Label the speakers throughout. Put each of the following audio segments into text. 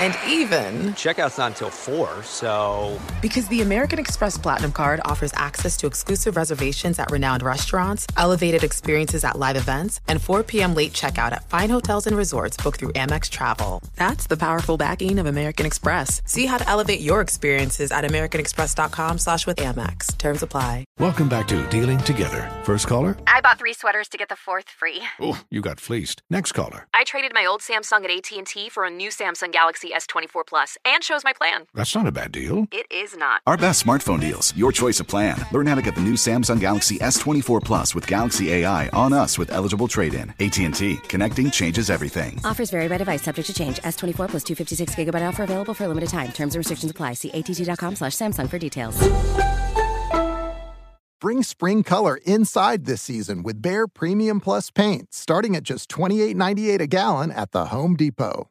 Speaker 1: and even.
Speaker 2: Checkout's not until 4, so.
Speaker 1: Because the American Express Platinum Card offers access to exclusive reservations at renowned restaurants, elevated experiences at live events, and 4 p.m. late checkout at fine hotels and resorts booked through Amex Travel. That's the powerful backing of American Express. See how to elevate your experiences at americanexpress.com slash with Amex. Terms apply.
Speaker 3: Welcome back to Dealing Together. First caller?
Speaker 4: I bought three sweaters to get the fourth free.
Speaker 3: Oh, you got fleeced. Next caller.
Speaker 5: I traded my old Samsung at AT&T for a new Samsung Galaxy S24 Plus and chose my plan.
Speaker 3: That's not a bad deal.
Speaker 5: It is not.
Speaker 6: Our best smartphone deals. Your choice of plan. Learn how to get the new Samsung Galaxy S24 Plus with Galaxy AI on us with eligible trade-in. AT&T. Connecting changes everything.
Speaker 7: Offers vary by device, subject to change. S24 plus 256 gigabyte offer available for a limited time. Terms and restrictions apply. See att.com slash Samsung for details.
Speaker 8: Bring spring color inside this season with Bare Premium Plus paint, starting at just $28.98 a gallon at the Home Depot.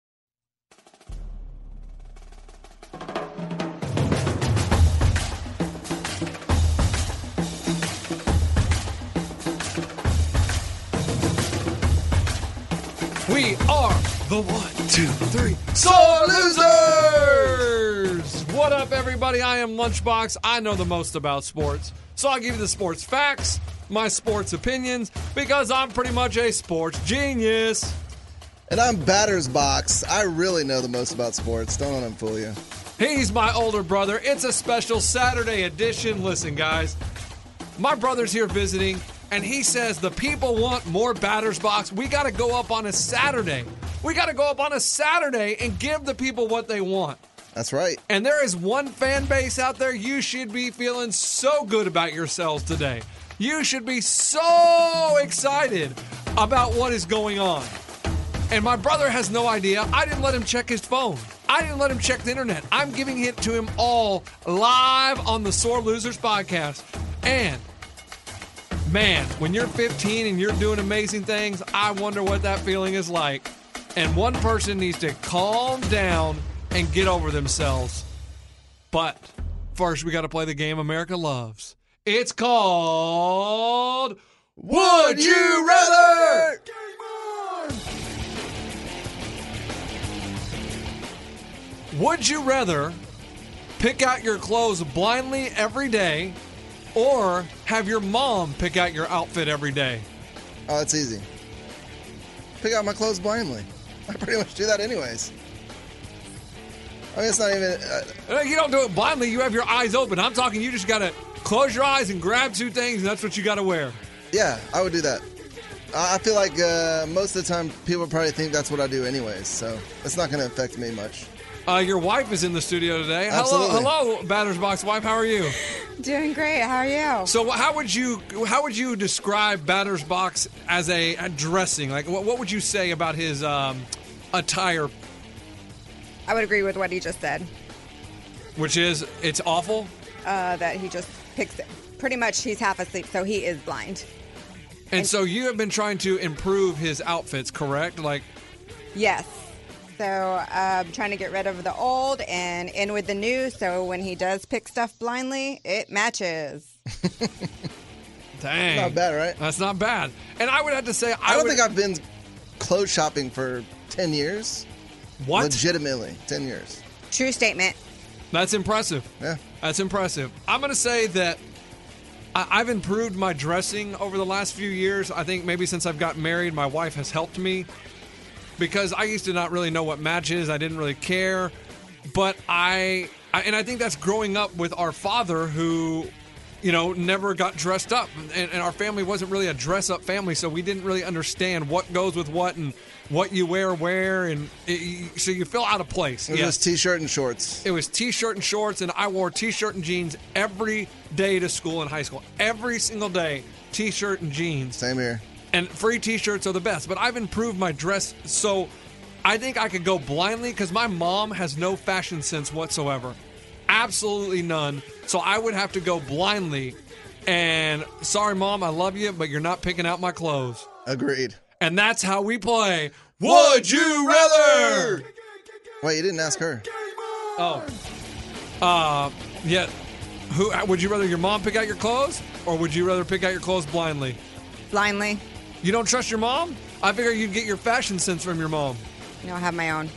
Speaker 9: We are the one, two, three sore losers. What up, everybody? I am Lunchbox. I know the most about sports, so I'll give you the sports facts, my sports opinions, because I'm pretty much a sports genius.
Speaker 10: And I'm Batters Box. I really know the most about sports. Don't let him fool you.
Speaker 9: He's my older brother. It's a special Saturday edition. Listen, guys, my brother's here visiting, and he says the people want more batters box. We got to go up on a Saturday. We got to go up on a Saturday and give the people what they want.
Speaker 10: That's right.
Speaker 9: And there is one fan base out there you should be feeling so good about yourselves today. You should be so excited about what is going on. And my brother has no idea. I didn't let him check his phone. I didn't let him check the internet. I'm giving it to him all live on the Sore Losers podcast. And man, when you're 15 and you're doing amazing things, I wonder what that feeling is like. And one person needs to calm down and get over themselves. But first, we got to play the game America loves. It's called Would You Rather? Would you rather pick out your clothes blindly every day or have your mom pick out your outfit every day?
Speaker 10: Oh, it's easy. Pick out my clothes blindly. I pretty much do that anyways. I mean, it's not even. Uh,
Speaker 9: Uh, You don't do it blindly, you have your eyes open. I'm talking, you just gotta close your eyes and grab two things, and that's what you gotta wear.
Speaker 10: yeah, I would do that. I I feel like uh, most of the time people probably think that's what I do anyways, so it's not going to affect me much.
Speaker 9: Uh, your wife is in the studio today.
Speaker 10: Absolutely.
Speaker 9: Hello, hello, Batters Box wife. How are you?
Speaker 11: Doing great. How are you?
Speaker 9: So, wh- how would you how would you describe Batters Box as a, a dressing? Like, what, what would you say about his um, attire,
Speaker 11: I would agree with what he just said.
Speaker 9: which is it's awful?
Speaker 11: Uh, that he just picks it. Pretty much, he's half asleep, so he is blind.
Speaker 9: And so, you have been trying to improve his outfits, correct? Like,
Speaker 11: Yes. So I'm trying to get rid of the old and in with the new. So when he does pick stuff blindly, it matches.
Speaker 9: dang,
Speaker 10: Not bad, right?
Speaker 9: That's not bad. And I would have to say, I,
Speaker 10: I don't
Speaker 9: would,
Speaker 10: think I've been clothes shopping for 10 years.
Speaker 9: what
Speaker 10: Legitimately, 10 years.
Speaker 11: True statement.
Speaker 9: That's impressive.
Speaker 10: Yeah.
Speaker 9: That's impressive. I'm going to say that I- I've improved my dressing over the last few years. I think maybe since I've gotten married, my wife has helped me because I used to not really know what match is. I didn't really care. But I, I and I think that's growing up with our father who, you know, never got dressed up. And, and our family wasn't really a dress up family. So we didn't really understand what goes with what and what you wear where. And it, so you feel out of place.
Speaker 10: It was just t shirt and shorts.
Speaker 9: It was t-shirt and shorts, and I wore t-shirt and jeans every day to school in high school. Every single day, t-shirt and jeans.
Speaker 10: Same here.
Speaker 9: and free t-shirts are the best but i've improved my dress so i think i could go blindly because my mom has no fashion sense whatsoever absolutely none so i would have to go blindly and sorry mom i love you but you're not picking out my clothes
Speaker 10: agreed
Speaker 9: and that's how we play would you rather
Speaker 10: wait you didn't ask her
Speaker 9: oh uh yeah who uh, would you rather your mom pick out your clothes or would you rather pick out your clothes blindly
Speaker 11: blindly.
Speaker 9: You don't trust your mom? I figure you'd get your fashion sense from your mom.
Speaker 11: No, I have my own.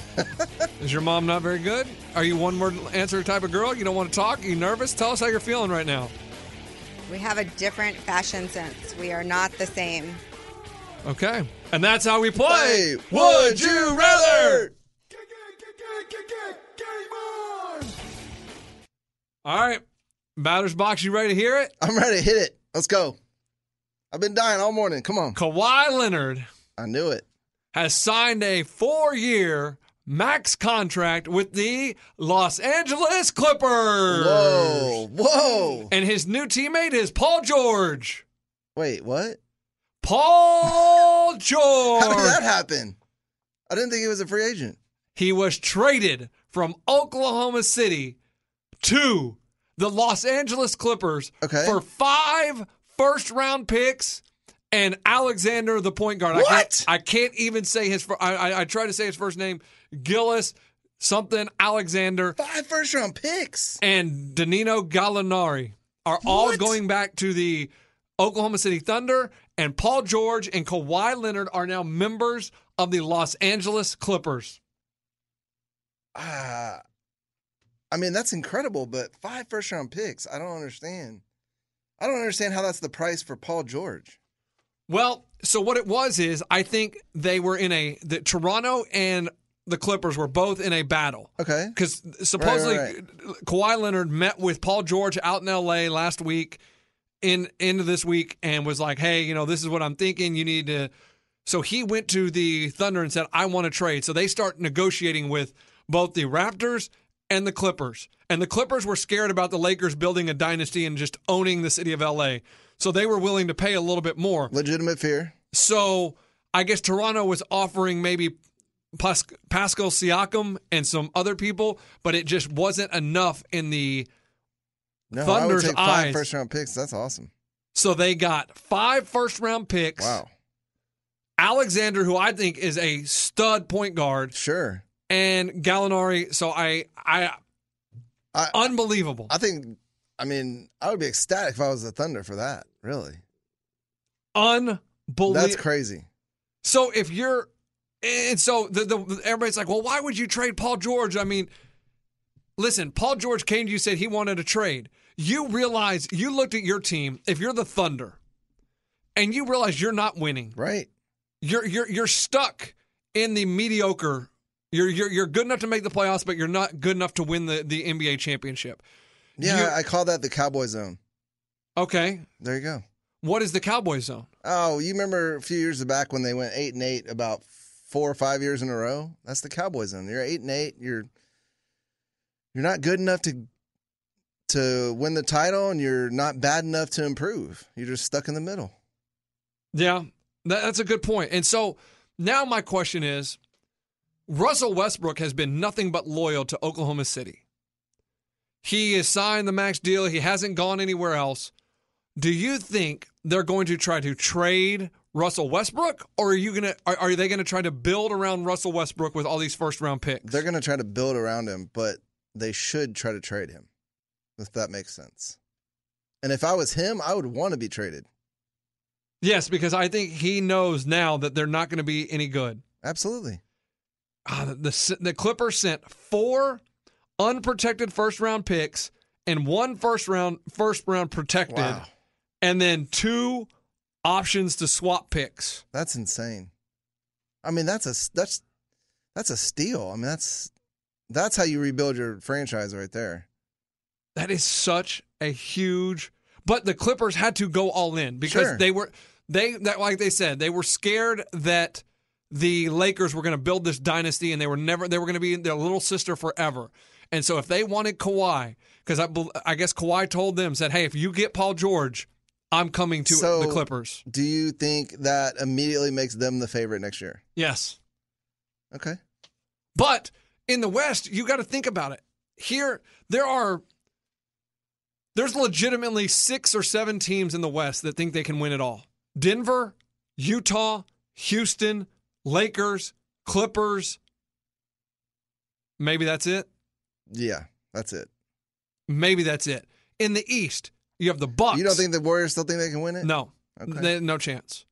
Speaker 9: Is your mom not very good? Are you one word answer type of girl? You don't want to talk? Are you nervous? Tell us how you're feeling right now.
Speaker 11: We have a different fashion sense. We are not the same.
Speaker 9: Okay. And that's how we play. Would you rather? All right. Batter's box, you ready to hear it?
Speaker 10: I'm ready to hit it. Let's go. I've been dying all morning. Come on.
Speaker 9: Kawhi Leonard.
Speaker 10: I knew it.
Speaker 9: Has signed a four year max contract with the Los Angeles Clippers.
Speaker 10: Whoa. Whoa.
Speaker 9: And his new teammate is Paul George.
Speaker 10: Wait, what?
Speaker 9: Paul George.
Speaker 10: How did that happen? I didn't think he was a free agent.
Speaker 9: He was traded from Oklahoma City to the Los Angeles Clippers
Speaker 10: okay.
Speaker 9: for five first round picks and Alexander, the point guard.
Speaker 10: What?
Speaker 9: I can't, I can't even say his. fir- I, I I try to say his first name, Gillis something Alexander,
Speaker 10: Five first round picks.
Speaker 9: and Danilo Gallinari are all
Speaker 10: What?
Speaker 9: going back to the Oklahoma City Thunder. And Paul George and Kawhi Leonard are now members of the Los Angeles Clippers.
Speaker 10: Ah. I mean, that's incredible, but five first round picks. I don't understand. I don't understand how that's the price for Paul George.
Speaker 9: Well, so what it was is I think they were in a that Toronto and the Clippers were both in a battle.
Speaker 10: Okay.
Speaker 9: Because supposedly
Speaker 10: Right,
Speaker 9: Kawhi Leonard met with Paul George out in LA last week, in into this week, and was like, Hey, you know, this is what I'm thinking. You need to so he went to the Thunder and said, I want to trade. So they start negotiating with both the Raptors and the Clippers. And the Clippers were scared about the Lakers building a dynasty and just owning the city of LA. So they were willing to pay a little bit more.
Speaker 10: Legitimate fear.
Speaker 9: So I guess Toronto was offering maybe Pas- Pascal Siakam and some other people, but it just wasn't enough in the.
Speaker 10: No, I would
Speaker 9: Thunder's
Speaker 10: take five
Speaker 9: eyes.
Speaker 10: round picks. That's awesome.
Speaker 9: So they got five first round picks.
Speaker 10: Wow.
Speaker 9: Alexander, who I think is a stud point guard,
Speaker 10: Sure.
Speaker 9: and Gallinari. So I, I,
Speaker 10: I-
Speaker 9: unbelievable.
Speaker 10: I think. I mean, I would be ecstatic if I was the Thunder for that. Really,
Speaker 9: unbelievable.
Speaker 10: that's crazy.
Speaker 9: So if you're, and so the, the everybody's like, well, why would you trade Paul George? I mean, listen, Paul George came to you said he wanted a trade. You realize you looked at your team. If you're the Thunder, and you realize you're not winning,
Speaker 10: Right.
Speaker 9: you're you're you're stuck in the mediocre. You're you're you're good enough to make the playoffs, but you're not good enough to win the the NBA championship.
Speaker 10: Yeah,
Speaker 9: You-
Speaker 10: I call that the cowboy zone.
Speaker 9: Okay,
Speaker 10: There you go.
Speaker 9: what is the Cowboys zone?
Speaker 10: Oh, you remember a few years back when they went eight and eight about four or five years in a row? That's the cowboy zone. You're eight and eight. You're you're not good enough to to win the title, and you're not bad enough to improve. You're just stuck in the middle.
Speaker 9: Yeah, that, that's a good point. And so now my question is Russell Westbrook has been nothing but loyal to Oklahoma City. He has signed the max deal, he hasn't gone anywhere else. Do you think they're going to try to trade Russell Westbrook or are you going to are, are they going to try to build around Russell Westbrook with all these first round picks?
Speaker 10: They're going to try to build around him, but they should try to trade him, if that makes sense. And if I was him, I would want to be traded.
Speaker 9: yes, because I think he knows now that they're not going to be any good.
Speaker 10: Absolutely.
Speaker 9: Ah, the, the the Clippers sent four unprotected first round picks and one first round first round protected,
Speaker 10: Wow.
Speaker 9: and then two options to swap picks.
Speaker 10: That's insane. I mean, that's a that's that's a steal. I mean, that's that's how you rebuild your franchise right there.
Speaker 9: That is such a huge. But the Clippers had to go all in because
Speaker 10: Sure.
Speaker 9: they were they that like they said they were scared that the Lakers were going to build this dynasty and they were never they were going to be their little sister forever. And so if they wanted Kawhi, because I bel- I guess Kawhi told them said, hey, if you get Paul George, I'm coming to
Speaker 10: So,
Speaker 9: the Clippers.
Speaker 10: Do you think that immediately makes them the favorite next year?
Speaker 9: Yes.
Speaker 10: Okay.
Speaker 9: But in the West, you got to think about it. Here, there are there's legitimately six or seven teams in the West that think they can win it all. Denver, Utah, Houston, Lakers, Clippers. Maybe that's it.
Speaker 10: Yeah, that's it.
Speaker 9: Maybe that's it. In the East, you have the Bucks.
Speaker 10: You don't think the Warriors still think they can win it?
Speaker 9: No.
Speaker 10: Okay.
Speaker 9: They- no chance.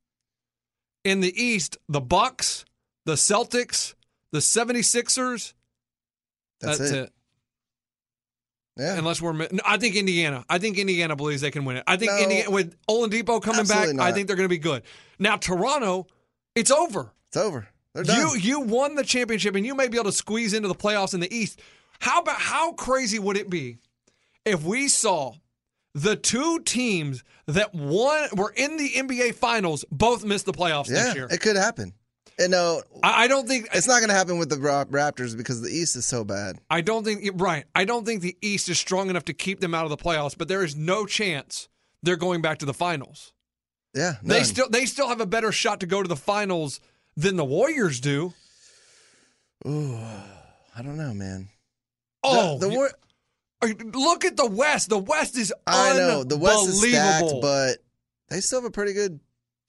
Speaker 9: In the East, the Bucks, the Celtics, the 76ers.
Speaker 10: That's it. Yeah.
Speaker 9: Unless we're, mi- no, I think Indiana. I think Indiana believes they can win it. I think
Speaker 10: No.
Speaker 9: Indiana with Olin Depot coming back.
Speaker 10: Absolutely
Speaker 9: I
Speaker 10: not.
Speaker 9: think they're going to be good. Now Toronto, it's over.
Speaker 10: It's over. They're done.
Speaker 9: You you won the championship and you may be able to squeeze into the playoffs in the East. How about how crazy would it be if we saw the two teams that won were in the NBA Finals both miss the playoffs
Speaker 10: yeah,
Speaker 9: this year?
Speaker 10: it could happen. And no,
Speaker 9: I, I don't think
Speaker 10: it's not going to happen with the Ra- Raptors because the East is so bad.
Speaker 9: I don't think right. I don't think the East is strong enough to keep them out of the playoffs, but there is no chance they're going back to the finals.
Speaker 10: Yeah,
Speaker 9: They
Speaker 10: none.
Speaker 9: still they still have a better shot to go to the finals than the Warriors do.
Speaker 10: Ooh, I don't know, man.
Speaker 9: Oh,
Speaker 10: the, the
Speaker 9: you-
Speaker 10: War-
Speaker 9: look at the West. The West is
Speaker 10: I know the West is stacked,
Speaker 9: unbelievable.
Speaker 10: but they still have a pretty good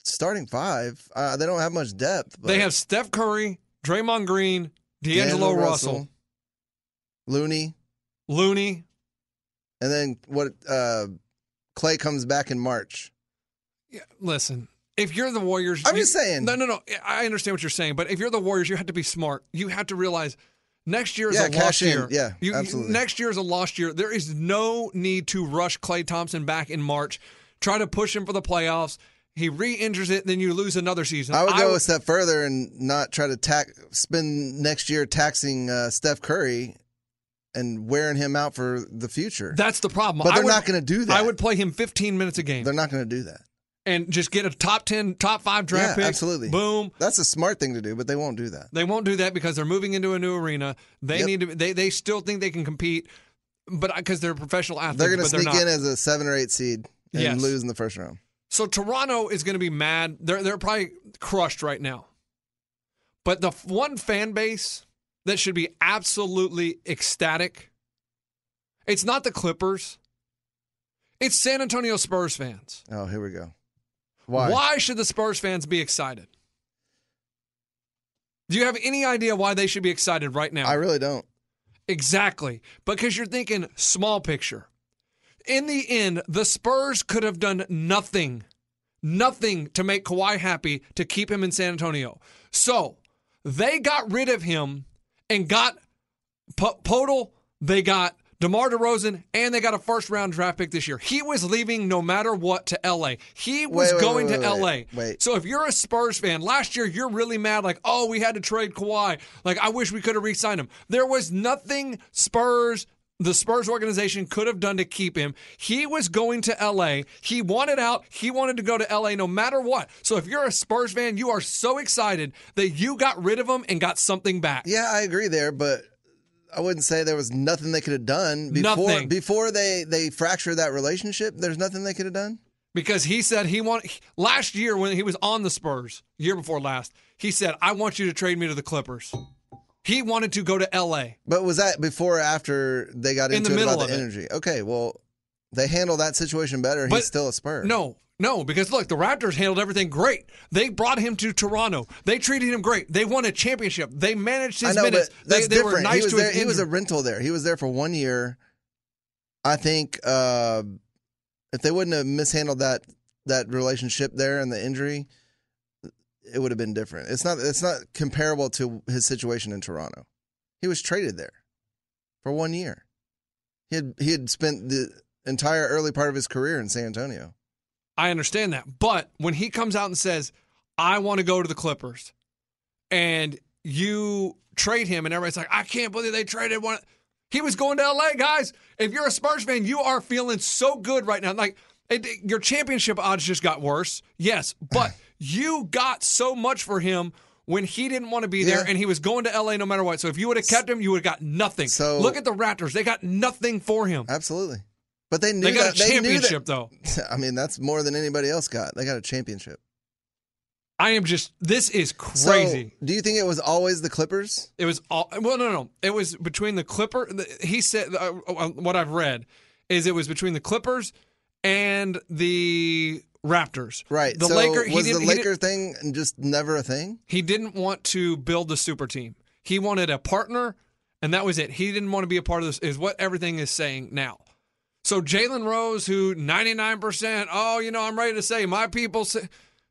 Speaker 10: starting five. Uh, they don't have much depth. But
Speaker 9: they have Steph Curry, Draymond Green, D'Angelo, Russell,
Speaker 10: Looney,
Speaker 9: Looney.
Speaker 10: and then what? Uh, Clay comes back in March.
Speaker 9: Yeah, listen, if you're the Warriors,
Speaker 10: I'm
Speaker 9: you-
Speaker 10: just saying.
Speaker 9: No, no, no. I understand what you're saying, but if you're the Warriors, you have to be smart. You have to realize next year is
Speaker 10: Yeah,
Speaker 9: a
Speaker 10: cash
Speaker 9: lost
Speaker 10: in.
Speaker 9: year.
Speaker 10: Yeah,
Speaker 9: You- you-
Speaker 10: absolutely.
Speaker 9: next year is a lost year. There is no need to rush Clay Thompson back in March. Try to push him for the playoffs. He re-injures it, then you lose another season.
Speaker 10: I would go
Speaker 9: would-
Speaker 10: a step further and not try to tax spend next year taxing uh, Steph Curry and wearing him out for the future.
Speaker 9: That's the problem.
Speaker 10: But
Speaker 9: I
Speaker 10: they're
Speaker 9: would-
Speaker 10: not gonna do that.
Speaker 9: I would play him 15 minutes a game
Speaker 10: They're not going to do that.
Speaker 9: and just get a top 10, top five draft
Speaker 10: yeah,
Speaker 9: pick.
Speaker 10: absolutely.
Speaker 9: Boom.
Speaker 10: That's a smart thing to do, but they won't do that.
Speaker 9: They won't do that because they're moving into a new arena. They
Speaker 10: Yep.
Speaker 9: need to. They they still think they can compete, but because they're professional athletes,
Speaker 10: They're going to
Speaker 9: but
Speaker 10: sneak
Speaker 9: not.
Speaker 10: in as a seven or eight seed and
Speaker 9: Yes.
Speaker 10: lose in the first round.
Speaker 9: so Toronto is going to be mad. They're they're probably crushed right now. But the f- one fan base that should be absolutely ecstatic, it's not the Clippers. It's San Antonio Spurs fans.
Speaker 10: Oh, here we go. Why?
Speaker 9: Why should the Spurs fans be excited? Do you have any idea why they should be excited right now?
Speaker 10: I really don't.
Speaker 9: Exactly. Because you're thinking small picture. In the end, the Spurs could have done nothing, nothing to make Kawhi happy to keep him in San Antonio. So they got rid of him and got P- Podol, they got DeMar DeRozan, and they got a first round draft pick this year. He was leaving no matter what to LA. He was
Speaker 10: Wait, wait,
Speaker 9: going
Speaker 10: wait,
Speaker 9: to
Speaker 10: wait,
Speaker 9: LA.
Speaker 10: wait, wait.
Speaker 9: So if you're a Spurs fan, last year you're really mad, like, oh, we had to trade Kawhi. Like, I wish we could have re signed him. There was nothing Spurs, the Spurs organization could have done to keep him. He was going to LA. He wanted out. He wanted to go to LA no matter what. So if you're a Spurs fan, you are so excited that you got rid of him and got something back.
Speaker 10: Yeah, I agree there, but I wouldn't say there was nothing they could have done before
Speaker 9: Nothing.
Speaker 10: before they they fractured that relationship. There's nothing they could have done.
Speaker 9: because he said he want last year when he was on the Spurs, year before last, he said, "I want you to trade me to the Clippers." He wanted to go to L.A.
Speaker 10: But was that before or after they got
Speaker 9: In
Speaker 10: into
Speaker 9: the
Speaker 10: it about
Speaker 9: middle
Speaker 10: the
Speaker 9: of it.
Speaker 10: energy? Okay, well, they handled that situation better.
Speaker 9: But-
Speaker 10: He's still a Spur.
Speaker 9: No, no, because look, the Raptors handled everything great. They brought him to Toronto. They treated him great. They won a championship. They managed
Speaker 10: I
Speaker 9: his
Speaker 10: know,
Speaker 9: minutes.
Speaker 10: but that's
Speaker 9: they, they
Speaker 10: different.
Speaker 9: were nice
Speaker 10: he was
Speaker 9: to
Speaker 10: there.
Speaker 9: his
Speaker 10: He was a
Speaker 9: injury.
Speaker 10: rental there. He was there for one year. I think uh, if they wouldn't have mishandled that that relationship there and the injury, it would have been different. It's not. It's not comparable to his situation in Toronto. He was traded there for one year. He had he had spent the entire early part of his career in San Antonio.
Speaker 9: I understand that. But when he comes out and says, I want to go to the Clippers, and you trade him, and everybody's like, I can't believe they traded one. He was going to LA, guys. If you're a Spurs fan, you are feeling so good right now. Like, it, it- your championship odds just got worse. Yes, but you got so much for him when he didn't want to be there
Speaker 10: Yeah.
Speaker 9: and he was going to LA no matter what. So if you would have kept him, you would have got nothing.
Speaker 10: So-
Speaker 9: Look at the Raptors. They got nothing for him.
Speaker 10: Absolutely. But they knew
Speaker 9: They
Speaker 10: that,
Speaker 9: got a championship,
Speaker 10: they knew that, though. I mean, that's more than anybody else got. They got a championship.
Speaker 9: I am just. This is
Speaker 10: So,
Speaker 9: crazy.
Speaker 10: do you think it was always the Clippers?
Speaker 9: It was all well, no, no. It was between the Clipper. The, he said uh, uh, what I've read is it was between the Clippers and the Raptors.
Speaker 10: Right.
Speaker 9: The
Speaker 10: so
Speaker 9: Laker. he
Speaker 10: was
Speaker 9: didn't,
Speaker 10: the
Speaker 9: he
Speaker 10: Laker
Speaker 9: didn't-
Speaker 10: thing just never a thing?
Speaker 9: He didn't want to build the super team. He wanted a partner, and that was it. He didn't want to be a part of this. Is what everything is saying now. So Jalen Rose, who ninety nine percent, oh, you know, I'm ready to say my people. Say,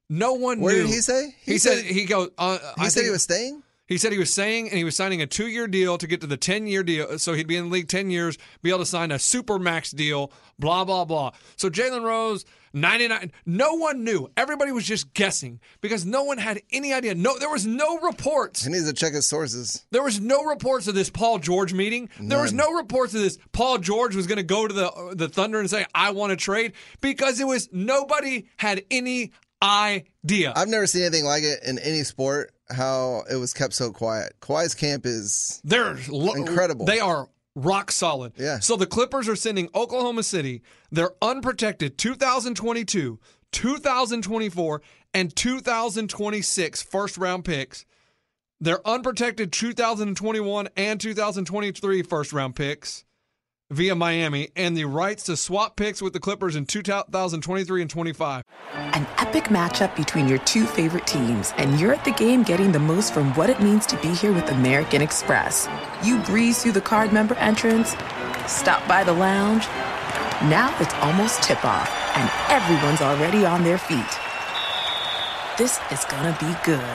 Speaker 9: no one.
Speaker 10: What
Speaker 9: knew.
Speaker 10: did he say?
Speaker 9: He,
Speaker 10: He
Speaker 9: said,
Speaker 10: said-
Speaker 9: he goes. Uh,
Speaker 10: He
Speaker 9: I
Speaker 10: said he
Speaker 9: think-
Speaker 10: was staying.
Speaker 9: he said he was saying, and he was signing a two-year deal to get to the ten-year deal. So he'd be in the league ten years, be able to sign a super max deal. Blah blah blah. So Jalen Rose, ninety-nine. No one knew. Everybody was just guessing because no one had any idea. No, there was no reports.
Speaker 10: He needs to check his sources.
Speaker 9: There was no reports of this Paul George meeting. There was
Speaker 10: None.
Speaker 9: no reports of this Paul George was going to go to the the Thunder and say, "I want to trade," because it was nobody had any idea.
Speaker 10: I've never seen anything like it in any sport. How it was kept so quiet. Kawhi's camp is
Speaker 9: They're lo-
Speaker 10: Incredible.
Speaker 9: They are rock solid.
Speaker 10: Yeah.
Speaker 9: So the Clippers are sending Oklahoma City their unprotected 2022, 2024, and 2026 first round picks. Their unprotected 2021 and 2023 first round picks via Miami and the rights to swap picks with the Clippers in 2023 and 25.
Speaker 1: An epic matchup between your two favorite teams, and you're at the game getting the most from what it means to be here with American Express. You breeze through the card member entrance, stop by the lounge. Now it's almost tip off, and everyone's already on their feet. This is gonna be good.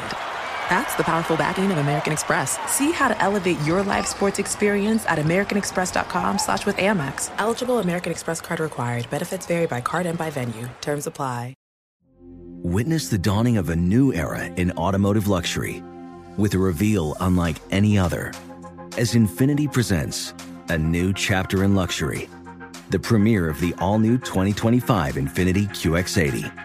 Speaker 1: That's the powerful backing of American Express. See how to elevate your live sports experience at americanexpress.com slash with Amex. Eligible American Express card required. Benefits vary by card and by venue. Terms apply.
Speaker 12: Witness the dawning of a new era in automotive luxury with a reveal unlike any other as Infinity presents a new chapter in luxury, the premiere of the all new 2025 Infinity QX80.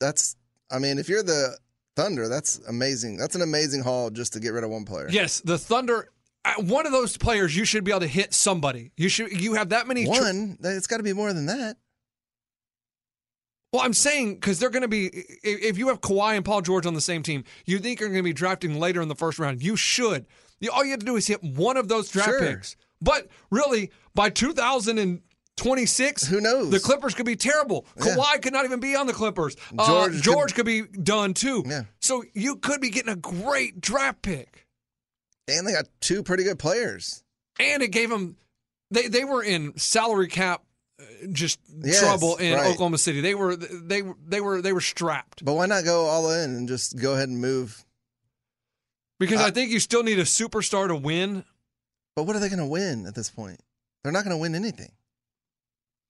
Speaker 10: that's. I mean, if you're the Thunder, that's amazing. That's an amazing haul just to get rid of one player.
Speaker 9: Yes, the Thunder. uh, One of those players, you should be able to hit somebody. You should. You have that many. tr-
Speaker 10: One, that- it's got to be more than that.
Speaker 9: well, I'm saying because they're going to be. i- If you have Kawhi and Paul George on the same team, you think you're going to be drafting later in the first round. You should. You, all you have to do is hit one of those draft
Speaker 10: Sure.
Speaker 9: picks. But really, by 2026,
Speaker 10: who knows?
Speaker 9: The Clippers could be terrible.
Speaker 10: Yeah.
Speaker 9: Kawhi could not even be on the Clippers.
Speaker 10: George
Speaker 9: George,
Speaker 10: could-
Speaker 9: George could, be done too.
Speaker 10: Yeah.
Speaker 9: So you could be getting a great draft pick.
Speaker 10: And they got two pretty good players.
Speaker 9: and it gave them they they were in salary cap uh, just
Speaker 10: Yes,
Speaker 9: trouble in
Speaker 10: right.
Speaker 9: Oklahoma City. They were they they were they were strapped
Speaker 10: But why not go all in and just go ahead and move?
Speaker 9: because I think you still need a superstar to win.
Speaker 10: But what are they going to win at this point? They're not going to win anything.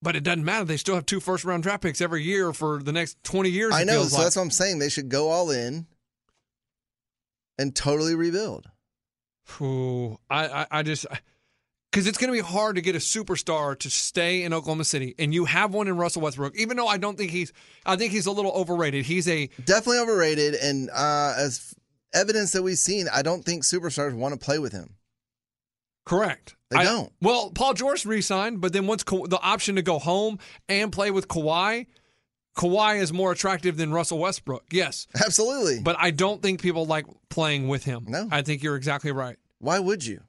Speaker 9: But it doesn't matter. They still have two first round draft picks every year for the next 20 years.
Speaker 10: I
Speaker 9: it
Speaker 10: know.
Speaker 9: feels
Speaker 10: So
Speaker 9: like.
Speaker 10: that's what I'm saying. They should go all in and totally rebuild.
Speaker 9: Ooh, I, I, I just because it's going to be hard to get a superstar to stay in Oklahoma City, and you have one in Russell Westbrook. Even though I don't think he's, I think he's a little overrated. He's a
Speaker 10: Definitely overrated. And uh, as evidence that we've seen, I don't think superstars want to play with him.
Speaker 9: correct.
Speaker 10: They
Speaker 9: I-
Speaker 10: don't.
Speaker 9: Well, Paul George re-signed, but then once Ka- the option to go home and play with Kawhi, Kawhi is more attractive than Russell Westbrook. Yes,
Speaker 10: absolutely.
Speaker 9: But I don't think people like playing with him.
Speaker 10: No,
Speaker 9: I think you're exactly right.
Speaker 10: Why would you?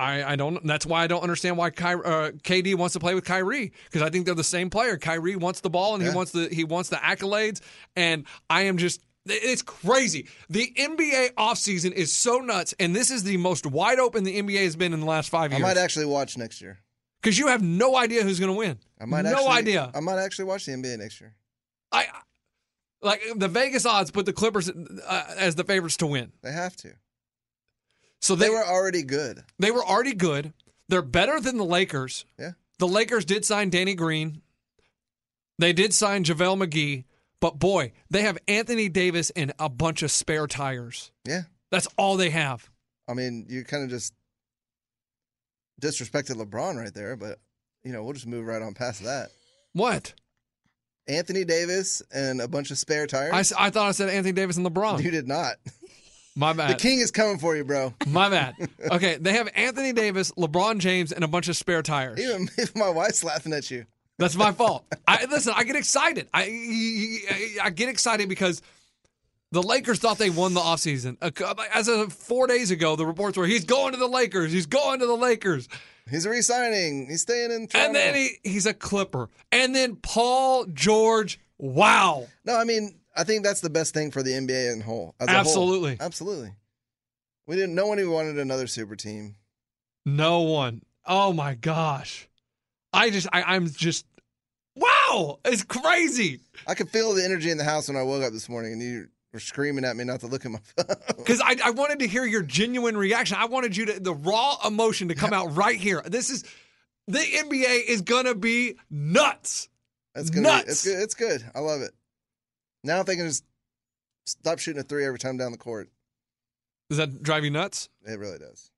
Speaker 9: I, I don't. That's why I don't understand why Ky, uh, KD wants to play with Kyrie because I think they're the same player. Kyrie wants the ball and
Speaker 10: Yeah.
Speaker 9: he wants the he wants the accolades, and I am just. It's crazy. The NBA offseason is so nuts, and this is the most wide open the NBA has been in the last five
Speaker 10: I
Speaker 9: years.
Speaker 10: might actually watch next year.
Speaker 9: Because you have no idea who's going to win.
Speaker 10: I might
Speaker 9: no
Speaker 10: actually,
Speaker 9: idea.
Speaker 10: I might actually watch the NBA next year.
Speaker 9: Like the Vegas odds put the Clippers uh, as the favorites to win.
Speaker 10: They have to.
Speaker 9: So they,
Speaker 10: were already good.
Speaker 9: They were already good. They're better than the Lakers.
Speaker 10: Yeah.
Speaker 9: The Lakers did sign Danny Green. They did sign JaVale McGee. But boy, they have Anthony Davis and a bunch of spare tires.
Speaker 10: Yeah.
Speaker 9: That's all they have.
Speaker 10: I mean, you kind of just disrespected LeBron right there, but you know, we'll just move right on past that.
Speaker 9: What?
Speaker 10: Anthony Davis and a bunch of spare tires.
Speaker 9: I, s- I thought I said Anthony Davis and LeBron.
Speaker 10: You did not.
Speaker 9: My
Speaker 10: The
Speaker 9: bad.
Speaker 10: king is coming for you, bro.
Speaker 9: My bad. Okay, they have Anthony Davis, LeBron James, and a bunch of spare tires.
Speaker 10: Even if my wife's laughing at you.
Speaker 9: That's my fault. I listen. I get excited. I I- I get excited because the Lakers thought they won the offseason. A cou- As of four days ago, the reports were he's going to the Lakers. He's going to the Lakers.
Speaker 10: He's resigning. He's staying in. Toronto.
Speaker 9: And then he, he's a Clipper. And then Paul George. Wow.
Speaker 10: No, I mean, I think that's the best thing for the NBA in whole. as a whole.
Speaker 9: Absolutely.
Speaker 10: Absolutely. We didn't. No one even wanted another super team.
Speaker 9: No one. Oh my gosh. I just I, I'm just wow. It's crazy.
Speaker 10: I could feel the energy in the house when I woke up this morning, and you were screaming at me not to look at my phone.
Speaker 9: Because I, I wanted to hear your genuine reaction. I wanted you to the raw emotion to come out right here. This is the NBA is gonna be nuts.
Speaker 10: That's gonna
Speaker 9: nuts.
Speaker 10: Be, it's good. It's good. I love it. Now if they can just stop shooting a three every time down the court,
Speaker 9: Does that drive you nuts?
Speaker 10: it really does.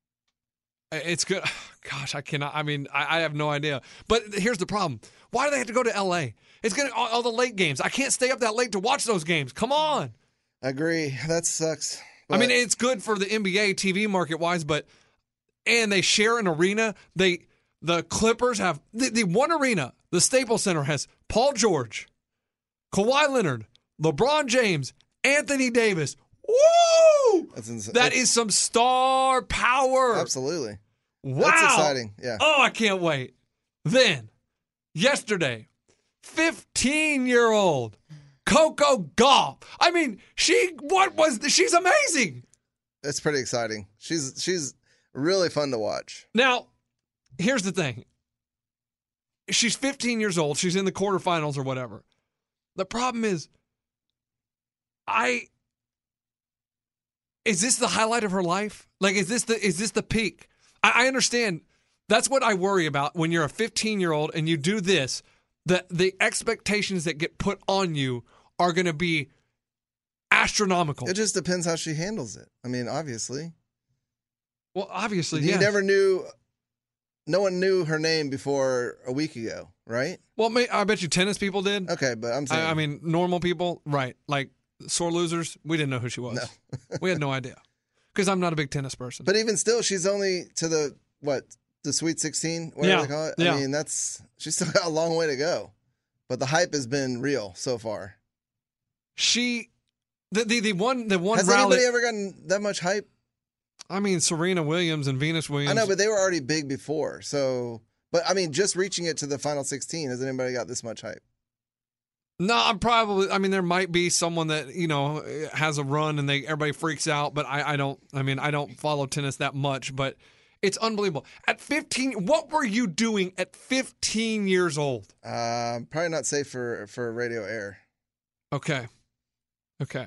Speaker 9: It's good. Gosh, I cannot. I mean, I, I have no idea. But here's the problem. Why do they have to go to LA? It's gonna all, all the late games. I can't stay up that late to watch those games. Come on.
Speaker 10: I agree. That sucks.
Speaker 9: I
Speaker 10: But
Speaker 9: mean, it's good for the NBA TV market wise, but and they share an arena. They the Clippers have the, the one arena, the Staples Center has Paul George, Kawhi Leonard, LeBron James, Anthony Davis. Woo!
Speaker 10: that's insane.
Speaker 9: That is some star power.
Speaker 10: absolutely.
Speaker 9: Wow.
Speaker 10: That's exciting. Yeah.
Speaker 9: Oh, I can't wait. Then, yesterday, 15 year old Coco Golf. I mean, she, what was, she's amazing.
Speaker 10: It's pretty exciting. She's she's really fun to watch.
Speaker 9: Now, here's the thing. She's 15 years old. She's in the quarterfinals or whatever. The problem is, I is this the highlight of her life? Like, is this the is this the peak? I, I understand. That's what I worry about when you're a 15 year old and you do this. The the expectations that get put on you are going to be astronomical.
Speaker 10: It just depends how she handles it. I mean, obviously,
Speaker 9: well, obviously,
Speaker 10: you
Speaker 9: yes.
Speaker 10: never knew. No one knew her name before a week ago, right?
Speaker 9: Well, may, I bet you tennis people did.
Speaker 10: Okay, but I'm saying
Speaker 9: I, I mean, normal people, right? Like sore losers. We didn't know who she was. we had no idea because I'm not a big tennis person.
Speaker 10: But even still, she's only to the what the Sweet Sixteen, whatever
Speaker 9: Yeah,
Speaker 10: they call it.
Speaker 9: yeah.
Speaker 10: I mean, that's she's still got a long way to go. But the hype has been real so far.
Speaker 9: she, the the, the one the one
Speaker 10: has
Speaker 9: rally.
Speaker 10: anybody ever gotten that much hype?
Speaker 9: I mean, Serena Williams and Venus Williams.
Speaker 10: I know, but they were already big before. So, but I mean, just reaching it to the final sixteen, has anybody got this much hype?
Speaker 9: no, I'm probably. I mean, there might be someone that you know has a run and they everybody freaks out. But I, I don't. I mean, I don't follow tennis that much, but. It's unbelievable. At 15, what were you doing at 15 years old?
Speaker 10: Um, probably not safe for for radio air.
Speaker 9: Okay. Okay.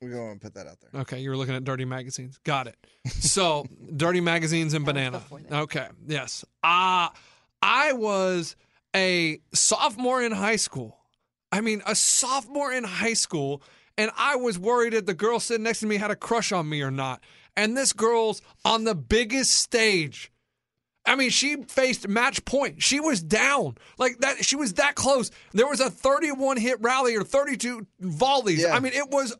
Speaker 10: We're going to put that out there.
Speaker 9: Okay, you were looking at Dirty Magazines. Got it. So, Dirty Magazines and Banana. Okay, yes. Uh, I was a sophomore in high school. I mean, a sophomore in high school, and I was worried that the girl sitting next to me had a crush on me or not. And this girl's on the biggest stage. I mean, she faced match point. She was down like that. She was that close. There was a 31 hit rally or 32 volleys. I mean, it was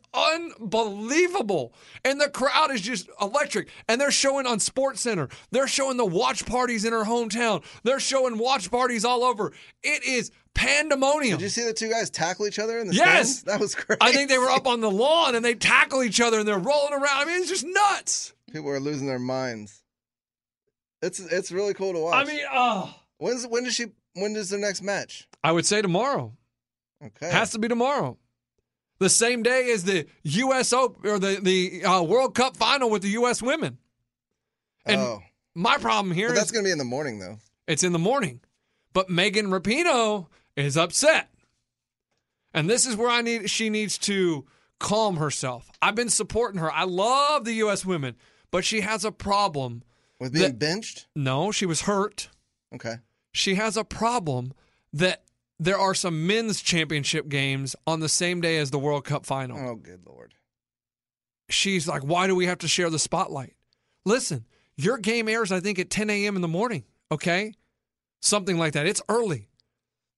Speaker 9: unbelievable. And the crowd is just electric. And they're showing on Sports Center. They're showing the watch parties in her hometown. They're showing watch parties all over. It is pandemonium.
Speaker 10: Did you see the two guys tackle each other in the
Speaker 9: Yes.
Speaker 10: stands? That was crazy.
Speaker 9: I think they were up on the lawn and they tackle each other and they're rolling around. I mean, it's just nuts.
Speaker 10: People are losing their minds. It's it's really cool to watch.
Speaker 9: I mean, oh.
Speaker 10: When's when does she when does their next match?
Speaker 9: I would say tomorrow.
Speaker 10: Okay.
Speaker 9: Has to be tomorrow. The same day as the U.S. Open or the the uh, World Cup final with the U.S. women. And
Speaker 10: Oh.
Speaker 9: my problem here
Speaker 10: But
Speaker 9: is
Speaker 10: that's going to be in the morning though.
Speaker 9: it's in the morning, but Megan Rapinoe is upset, and this is where I need she needs to calm herself. I've been supporting her. I love the U.S. women, but she has a problem
Speaker 10: with being benched.
Speaker 9: No, she was hurt
Speaker 10: Okay.
Speaker 9: she has a problem that there are some men's championship games on the same day as the World Cup final.
Speaker 10: Oh, good lord.
Speaker 9: She's like, why do we have to share the spotlight? Listen, your game airs, I think, at 10 a.m. in the morning, okay? Something like that. It's early.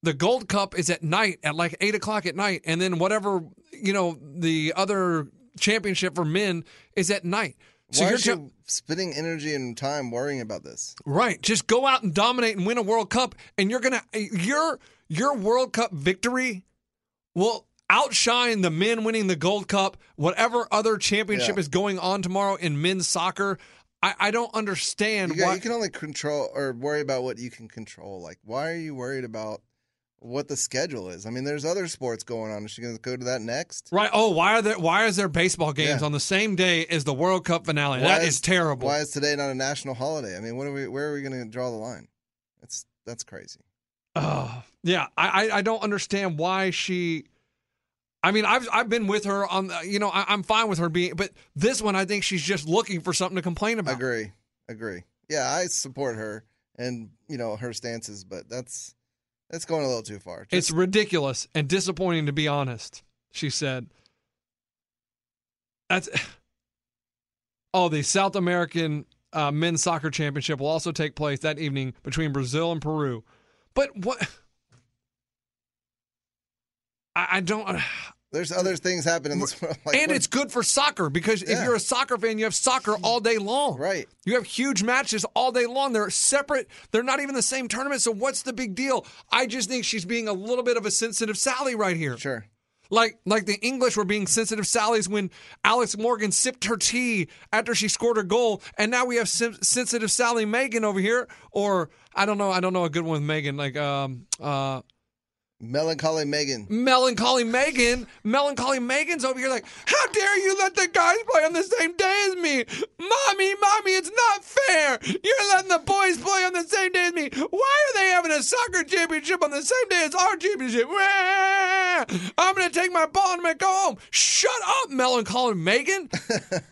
Speaker 9: The Gold Cup is at night, at like 8 o'clock at night. And then whatever, you know, the other championship for men is at night.
Speaker 10: Why is she
Speaker 9: tell-
Speaker 10: spending energy and time worrying about this?
Speaker 9: Right. Just go out and dominate and win a World Cup, and you're gonna your your World Cup victory will outshine the men winning the Gold Cup, whatever other championship
Speaker 10: Yeah.
Speaker 9: is going on tomorrow in men's soccer. I, I don't understand
Speaker 10: You, got-
Speaker 9: why.
Speaker 10: you can only control or worry about what you can control. Like, why are you worried about what the schedule is? I mean, there's other sports going on. Is she going to go to that next?
Speaker 9: Right. Oh, why are there why is there baseball games
Speaker 10: Yeah.
Speaker 9: on the same day as the World Cup finale?
Speaker 10: Why
Speaker 9: that is, terrible.
Speaker 10: Why is today not a national holiday? I mean, what are we? Where are we going to draw the line? That's that's crazy.
Speaker 9: Ugh. yeah, I, I I don't understand why she. I mean, I've I've been with her on, the- you know, I, I'm fine with her being, but this one, I think she's just looking for something to complain about.
Speaker 10: Agree, agree. Yeah, I support her and you know her stances, but that's that's going a little too far. Just-
Speaker 9: It's ridiculous and disappointing to be honest, she said. That's Oh, the South American uh, men's soccer championship will also take place that evening between Brazil and Peru. But what I, I don't
Speaker 10: there's other things happening in this world. Like,
Speaker 9: and
Speaker 10: what-
Speaker 9: it's good for soccer because if
Speaker 10: Yeah.
Speaker 9: you're a soccer fan, you have soccer all day long.
Speaker 10: Right.
Speaker 9: You have huge matches all day long. They're separate. They're not even the same tournament. So what's the big deal? I just think she's being a little bit of a sensitive Sally right here.
Speaker 10: Sure.
Speaker 9: Like like the English were being sensitive Sallys when Alex Morgan sipped her tea after she scored her goal, and now we have sen- sensitive Sally Megan over here. Or I don't know. I don't know a good one with Megan. Like um uh.
Speaker 10: melancholy Megan.
Speaker 9: Melancholy Megan. Melancholy Megan's over here like, how dare you let the guys play on the same day as me? Mommy, mommy, it's not fair. You're letting the boys play on the same day as me. Why are they having a soccer championship on the same day as our championship? Wah! I'm gonna take my ball and I'm gonna go home. Shut up, melancholy Megan.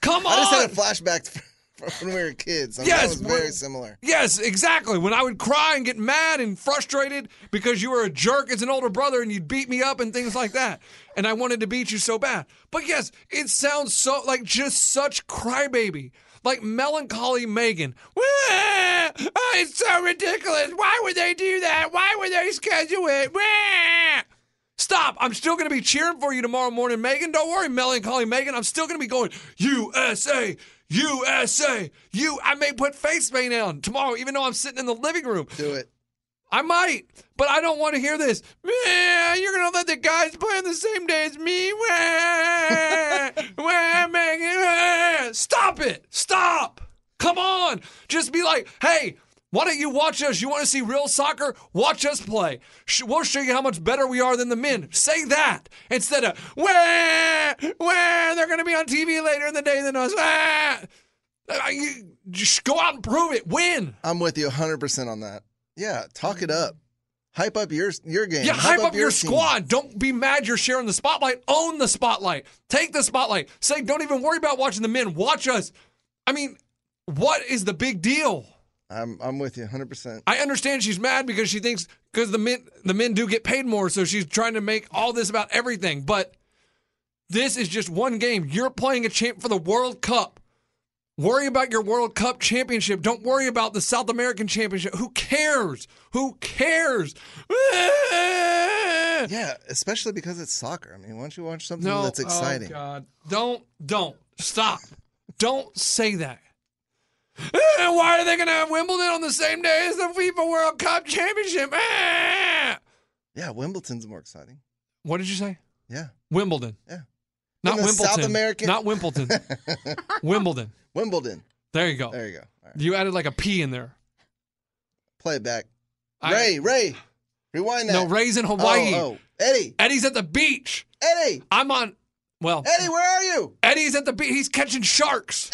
Speaker 9: Come on.
Speaker 10: I just had a flashback from when we were kids. I mean,
Speaker 9: Yes,
Speaker 10: that was
Speaker 9: we're-
Speaker 10: very similar.
Speaker 9: Yes, exactly. When I would cry and get mad and frustrated because you were a jerk as an older brother and you'd beat me up and things like that. And I wanted to beat you so bad. But yes, it sounds so like just such crybaby. Like melancholy Megan. "Wah! Oh, it's so ridiculous. Why would they do that? Why would they schedule it? Wah!" Stop. I'm still going to be cheering for you tomorrow morning, Megan. Don't worry, melancholy Megan. I'm still going to be going, USA, USA, you. I may put face paint on tomorrow, even though I'm sitting in the living room.
Speaker 10: Do it.
Speaker 9: I might, but I don't want to hear this. Man, you're going to let the guys play on the same day as me. Wah, wah, Megan. wah. Stop it. Stop. Come on. Just be like, hey, why don't you watch us? You want to see real soccer? Watch us play. Sh- We'll show you how much better we are than the men. Say that instead of, where, where, they're going to be on TV later in the day than us. Ah. Uh, you- Just go out and prove it. Win.
Speaker 10: I'm with you 100% on that. Yeah, talk it up. Hype up your your game.
Speaker 9: Yeah, hype, up, your,
Speaker 10: team.
Speaker 9: squad. Don't be mad you're sharing the spotlight. Own the spotlight. Take the spotlight. Say, don't even worry about watching the men. Watch us. I mean, what is the big deal?
Speaker 10: I'm I'm with you 100. percent
Speaker 9: I understand she's mad because she thinks because the men the men do get paid more, so she's trying to make all this about everything. But this is just one game. You're playing a champ for the World Cup. Worry about your World Cup championship. Don't worry about the South American championship. Who cares? Who cares?
Speaker 10: Yeah, especially because it's soccer. I mean, why don't you watch something
Speaker 9: No,
Speaker 10: that's
Speaker 9: oh,
Speaker 10: exciting?
Speaker 9: God. Don't, don't stop. don't say that. Eh, Why are they going to have Wimbledon on the same day as the FIFA World Cup championship? Eh.
Speaker 10: yeah, Wimbledon's more exciting.
Speaker 9: What did you say?
Speaker 10: Yeah.
Speaker 9: Wimbledon.
Speaker 10: Yeah.
Speaker 9: Not
Speaker 10: In the
Speaker 9: Wimbledon.
Speaker 10: South American-
Speaker 9: Not Wimbledon. Wimbledon.
Speaker 10: Wimbledon.
Speaker 9: There you go.
Speaker 10: There you go.
Speaker 9: You added like a P in there.
Speaker 10: Play it back.
Speaker 9: I-
Speaker 10: Ray, Ray, rewind that.
Speaker 9: No, Ray's in Hawaii.
Speaker 10: Oh, oh. Eddie,
Speaker 9: Eddie's at the beach.
Speaker 10: Eddie,
Speaker 9: I'm on. Well,
Speaker 10: Eddie, where are you?
Speaker 9: Eddie's at the beach. He's catching sharks.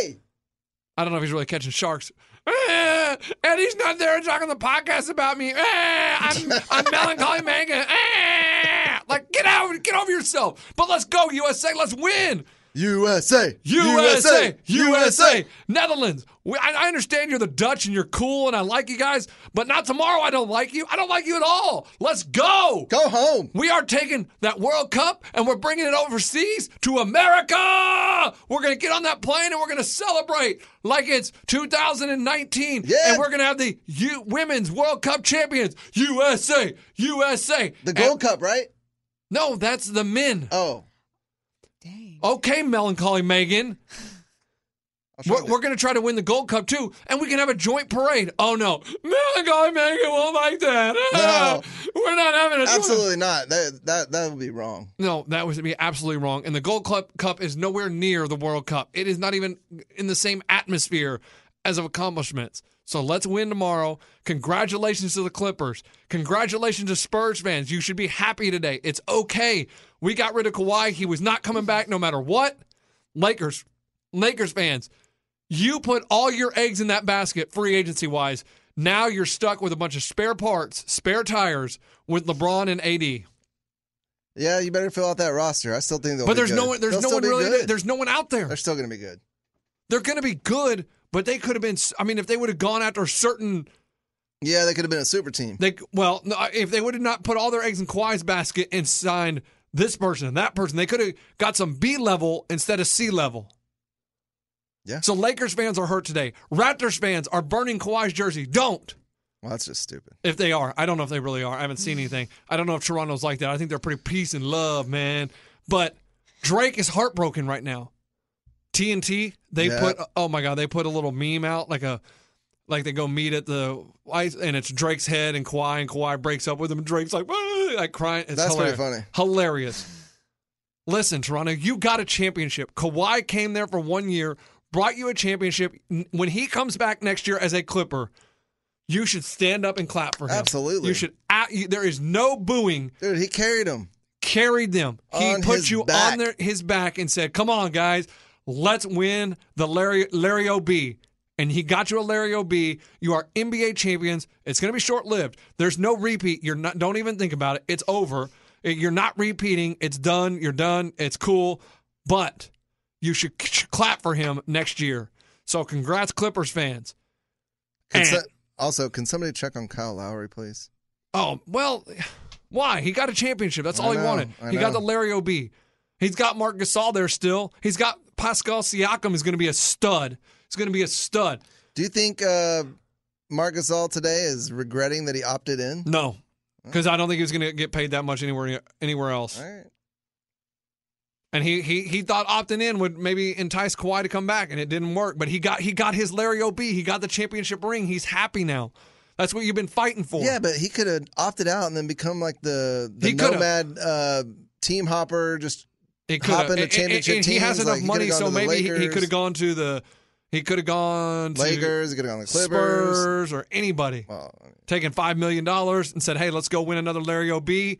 Speaker 10: Eddie.
Speaker 9: I don't know if he's really catching sharks. Eh, Eddie's not there talking the podcast about me. Eh, I'm, I'm melancholy manga. Eh, like get out, get over yourself. But let's go, USA. Let's win.
Speaker 10: USA,
Speaker 9: USA, USA, Netherlands. We, I, I understand you're the Dutch and you're cool and I like you guys, but not tomorrow. I don't like you. I don't like you at all. Let's go.
Speaker 10: Go home.
Speaker 9: We are taking that World Cup and we're bringing it overseas to America. We're going to get on that plane and we're going to celebrate like it's 2019.
Speaker 10: Yeah.
Speaker 9: And we're going to have the U- Women's World Cup champions, USA, USA.
Speaker 10: The
Speaker 9: And-
Speaker 10: Gold Cup, right?
Speaker 9: no, that's the men.
Speaker 10: Oh,
Speaker 9: Okay, melancholy Megan.
Speaker 10: I'll try
Speaker 9: We're,
Speaker 10: to-
Speaker 9: we're going to try to win the Gold Cup too, and we can have a joint parade. Oh no, melancholy Megan won't like that.
Speaker 10: No.
Speaker 9: we're not having a joint-
Speaker 10: absolutely not. That that that would be wrong.
Speaker 9: No, that was me absolutely wrong. And the Gold Club Cup is nowhere near the World Cup. It is not even in the same atmosphere as of accomplishments. So let's win tomorrow. Congratulations to the Clippers. Congratulations to Spurs fans. You should be happy today. It's okay. We got rid of Kawhi. He was not coming back no matter what. Lakers, Lakers fans, you put all your eggs in that basket free agency wise. Now you're stuck with a bunch of spare parts, spare tires with LeBron and AD.
Speaker 10: Yeah, you better fill out that roster. I still think they'll.
Speaker 9: But
Speaker 10: be
Speaker 9: there's
Speaker 10: good.
Speaker 9: no one. There's
Speaker 10: They'll
Speaker 9: no
Speaker 10: still
Speaker 9: one
Speaker 10: be
Speaker 9: really.
Speaker 10: good.
Speaker 9: There's no one out there.
Speaker 10: They're still going to be good.
Speaker 9: They're going to be good, but they could have been. s- I mean, if they would have gone after certain,
Speaker 10: Yeah, they could have been a super team.
Speaker 9: they well, no, if they would have not put all their eggs in Kawhi's basket and signed this person and that person, they could have got some B level instead of C level.
Speaker 10: Yeah.
Speaker 9: So Lakers fans are hurt today. Raptors fans are burning Kawhi's jersey. Don't.
Speaker 10: Well, that's just stupid.
Speaker 9: If they are, I don't know if they really are. I haven't seen
Speaker 10: Mm.
Speaker 9: anything. I don't know if Toronto's like that. I think they're pretty peace and love, man. But Drake is heartbroken right now. TNT, they
Speaker 10: Yeah.
Speaker 9: put oh my god, they put a little meme out like a like they go meet at the ice and it's Drake's head and Kawhi and Kawhi breaks up with him. And Drake's like "Ah," like crying. It's
Speaker 10: That's pretty
Speaker 9: hilarious.
Speaker 10: funny.
Speaker 9: Hilarious. Listen, Toronto, you got a championship. Kawhi came there for one year, brought you a championship. N- When he comes back next year as a Clipper, you should stand up and clap for him.
Speaker 10: Absolutely.
Speaker 9: You should. a- you- There is no booing.
Speaker 10: Dude, he carried them.
Speaker 9: Carried them. He
Speaker 10: On
Speaker 9: put
Speaker 10: his
Speaker 9: you
Speaker 10: back.
Speaker 9: on their, his back and said, "Come on, guys, let's win the Larry Larry OB." And he got you a Larry OB. You are NBA champions. It's going to be short lived. There's no repeat. You're not. Don't even think about it. It's over. You're not repeating. It's done. You're done. It's cool. But you should c- clap for him next year. So congrats, Clippers fans.
Speaker 10: Can
Speaker 9: And-
Speaker 10: so- also, can somebody check on Kyle Lowry, please?
Speaker 9: Oh, well, why? He got a championship. That's
Speaker 10: I
Speaker 9: all he
Speaker 10: know,
Speaker 9: wanted.
Speaker 10: I
Speaker 9: He got
Speaker 10: know.
Speaker 9: the Larry OB. He's got Mark Gasol there still. He's got Pascal Siakam is going to be a stud. He's going to be a stud.
Speaker 10: Do you think uh, Marc Gasol today is regretting that he opted in?
Speaker 9: No, because I don't think he was going to get paid that much anywhere anywhere else.
Speaker 10: All right.
Speaker 9: And he he he thought opting in would maybe entice Kawhi to come back, and it didn't work. But he got he got his Larry OB. He got the championship ring. He's happy now. That's what you've been fighting for.
Speaker 10: Yeah, but he could have opted out and then become like the, the
Speaker 9: He coulda.
Speaker 10: nomad uh, team hopper. Just
Speaker 9: It
Speaker 10: hop into
Speaker 9: coulda- and- and-
Speaker 10: championship
Speaker 9: and He has
Speaker 10: teams,
Speaker 9: enough
Speaker 10: like, he
Speaker 9: money,
Speaker 10: coulda
Speaker 9: so
Speaker 10: gone to the
Speaker 9: maybe he, he
Speaker 10: Lakers.
Speaker 9: could have gone to the. He could have gone to
Speaker 10: Lakers, he could have gone to the Clippers.
Speaker 9: Spurs or anybody
Speaker 10: Well,
Speaker 9: taking five million dollars and said, "Hey, let's go win another Larry O'B."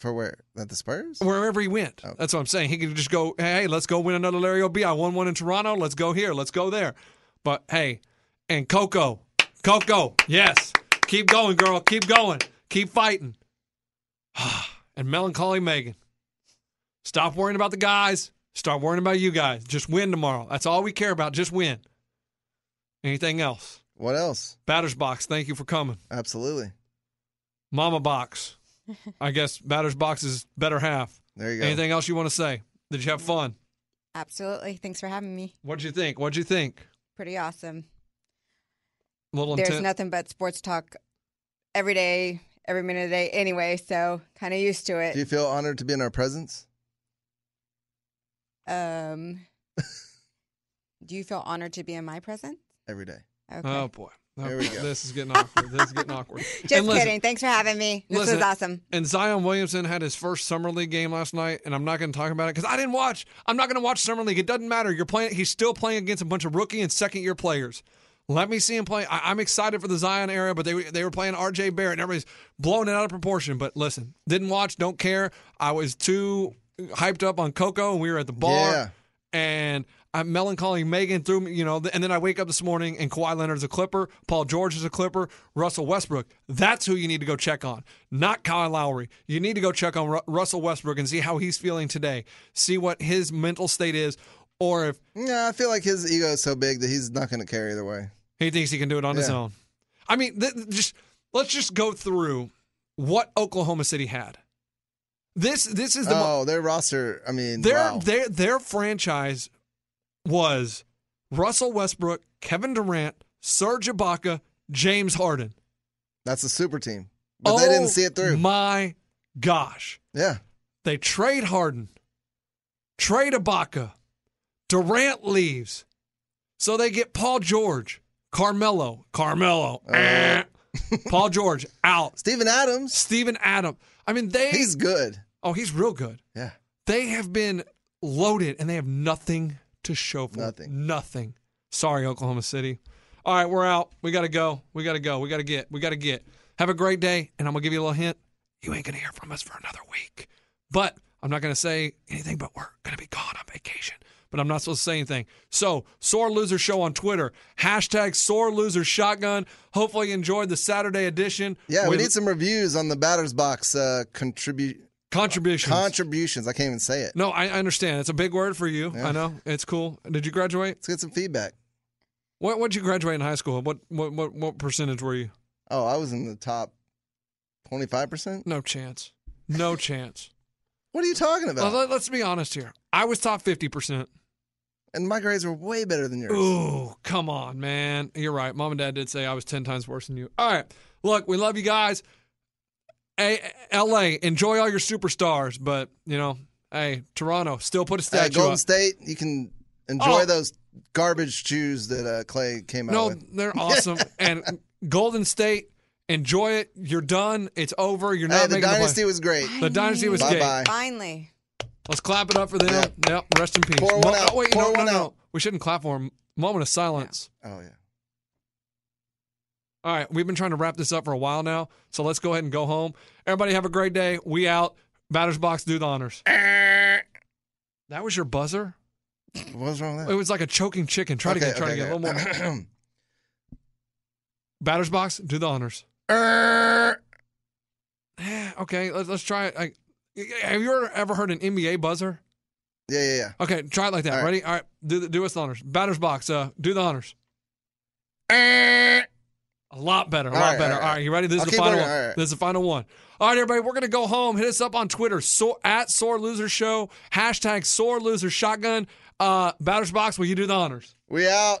Speaker 10: for where? At the Spurs?
Speaker 9: Wherever he went,
Speaker 10: Okay.
Speaker 9: that's what I'm saying. He could just go, "Hey, let's go win another Larry O'B. I won one in Toronto. Let's go here. Let's go there." But hey, and Coco, Coco, yes, Keep going, girl. Keep going. Keep fighting. and melancholy Megan. Stop worrying about the guys. Start worrying about you guys. Just win tomorrow. That's all we care about. Just win. Anything else?
Speaker 10: What else?
Speaker 9: Batter's Box, thank you for coming.
Speaker 10: Absolutely.
Speaker 9: Mama Box. I guess Batter's Box is better half.
Speaker 10: There you
Speaker 11: go.
Speaker 9: Anything else you want to say? Did you have fun?
Speaker 11: Absolutely. Thanks for having me.
Speaker 9: What'd you think? What'd you think?
Speaker 11: Pretty awesome.
Speaker 9: A little
Speaker 11: There's
Speaker 9: intense.
Speaker 11: nothing but sports talk every day, every minute of the day anyway, so kind of used to
Speaker 10: Do you
Speaker 11: it.
Speaker 10: feel honored to be in our presence?
Speaker 11: Um Do you feel honored to be in my presence?
Speaker 10: Every day.
Speaker 11: Okay.
Speaker 9: Oh boy. Oh,
Speaker 10: There we
Speaker 9: boy.
Speaker 10: go.
Speaker 9: This is getting awkward. This is getting awkward.
Speaker 11: Just
Speaker 9: And listen-
Speaker 11: kidding. Thanks for having me. This
Speaker 9: listen,
Speaker 11: was awesome.
Speaker 9: And Zion Williamson had his first summer league game last night, and I'm not going to talk about it because I didn't watch. I'm not going to watch summer league. It doesn't matter. You're playing. He's still playing against a bunch of rookie and second year players. Let me see him play. I, I'm excited for the Zion era, but they they were playing R.J. Barrett, and everybody's blowing it out of proportion. But listen, didn't watch. Don't care. I was too hyped up on Coco, and we were at the bar.
Speaker 10: Yeah.
Speaker 9: And I'm melancholy. Megan threw me, you know, and then I wake up this morning and Kawhi Leonard's a Clipper, Paul George is a Clipper, Russell Westbrook. That's who you need to go check on, not Kyle Lowry. You need to go check on Ru- Russell Westbrook and see how he's feeling today, see what his mental state is, or if
Speaker 10: Yeah, I feel like his ego is so big that he's not going to care either way.
Speaker 9: he thinks he can do it on his
Speaker 10: Yeah.
Speaker 9: own. I mean, th- th- just let's just go through what Oklahoma City had. This this is the mo-
Speaker 10: oh, their roster. I mean,
Speaker 9: their
Speaker 10: wow.
Speaker 9: their their franchise was Russell Westbrook, Kevin Durant, Serge Ibaka, James Harden.
Speaker 10: that's a super team, but they
Speaker 9: Oh,
Speaker 10: didn't see it through.
Speaker 9: My gosh,
Speaker 10: yeah,
Speaker 9: they trade Harden, trade Ibaka, Durant leaves, so they get Paul George, Carmelo, Carmelo,
Speaker 10: Oh.
Speaker 9: eh. Paul George out,
Speaker 10: Steven Adams.
Speaker 9: Steven Adam. I mean, they
Speaker 10: He's good.
Speaker 9: oh he's real good.
Speaker 10: Yeah,
Speaker 9: They have been loaded and they have nothing to show for it.
Speaker 10: Nothing.
Speaker 9: Nothing. Sorry, Oklahoma City. All right, we're out. We got to go. We got to go. We got to get. We got to get. Have a great day. And I'm going to give you a little hint. You ain't going to hear from us for another week. But I'm not going to say anything, but we're going to be gone on vacation. But I'm not supposed to say anything. So, Sore Loser Show on Twitter. Hashtag Sore Loser Shotgun. Hopefully, you enjoyed the Saturday edition.
Speaker 10: yeah. We
Speaker 9: with
Speaker 10: need some reviews on the batter's box uh, contribute
Speaker 9: contributions.
Speaker 10: contributions. I can't even say it.
Speaker 9: no, I I understand. It's a big word for you.
Speaker 10: Yeah.
Speaker 9: I know. It's cool. Did you graduate?
Speaker 10: Let's get some feedback.
Speaker 9: What what'd you graduate in high school? What what what, what percentage were you?
Speaker 10: Oh, I was in the top twenty five percent.
Speaker 9: No chance. No chance.
Speaker 10: What are you talking about?
Speaker 9: Let, us be honest here. I was top fifty percent.
Speaker 10: and my grades were way better than yours.
Speaker 9: Ooh, come on, man. You're right. Mom and Dad did say I was ten times worse than you. All right. Look, we love you guys. Hey, L.A. Enjoy all your superstars, but you know, hey, Toronto still put a
Speaker 10: Hey,
Speaker 9: statue
Speaker 10: Golden
Speaker 9: up.
Speaker 10: State, you can enjoy
Speaker 9: Oh.
Speaker 10: those garbage shoes that uh, Clay came out
Speaker 9: No,
Speaker 10: with.
Speaker 9: they're awesome. and Golden State, enjoy it. You're done. It's over. You're not
Speaker 10: Hey, the
Speaker 9: making
Speaker 10: dynasty
Speaker 9: the
Speaker 10: was great.
Speaker 9: play. The dynasty was
Speaker 10: Bye
Speaker 9: gay.
Speaker 10: bye.
Speaker 11: Finally.
Speaker 9: Let's clap it up for them. Yep. Rest in peace.
Speaker 10: Pour
Speaker 9: Mo-
Speaker 10: one out.
Speaker 9: oh, wait,
Speaker 10: Pour
Speaker 9: no,
Speaker 10: one
Speaker 9: no, no.
Speaker 10: out.
Speaker 9: We shouldn't clap for him. Moment of silence.
Speaker 10: Oh yeah.
Speaker 9: All right. We've been trying to wrap this up for a while now. So let's go ahead and go home. Everybody have a great day. We out. Batters box, do the honors.
Speaker 10: Eh.
Speaker 9: That was your buzzer?
Speaker 10: What was wrong with
Speaker 9: It
Speaker 10: that?
Speaker 9: was like a choking chicken. Try to
Speaker 10: Okay,
Speaker 9: get, try
Speaker 10: okay,
Speaker 9: to get a little more.
Speaker 10: okay.
Speaker 9: Batters box, do the honors.
Speaker 10: Err.
Speaker 9: Eh, okay. Let's, let's try it. Like, have you ever heard an NBA buzzer?
Speaker 10: yeah, yeah, yeah.
Speaker 9: Okay. Try it like that.
Speaker 10: All right.
Speaker 9: Ready? All right. Do, the, do us the honors. Batters box, uh, do the honors.
Speaker 10: Err.
Speaker 9: A lot better. A
Speaker 10: Er. All
Speaker 9: lot
Speaker 10: right,
Speaker 9: better.
Speaker 10: all
Speaker 9: All
Speaker 10: right,
Speaker 9: right,
Speaker 10: all right.
Speaker 9: you ready? This
Speaker 10: I'll
Speaker 9: is the
Speaker 10: keep
Speaker 9: final
Speaker 10: working,
Speaker 9: one.
Speaker 10: all right.
Speaker 9: This is the final one. All right, everybody, we're gonna go home. Hit us up on Twitter, so, at Sore Loser Show, hashtag Sore Loser Shotgun. Uh, Batters Box, will you do the honors?
Speaker 10: We out.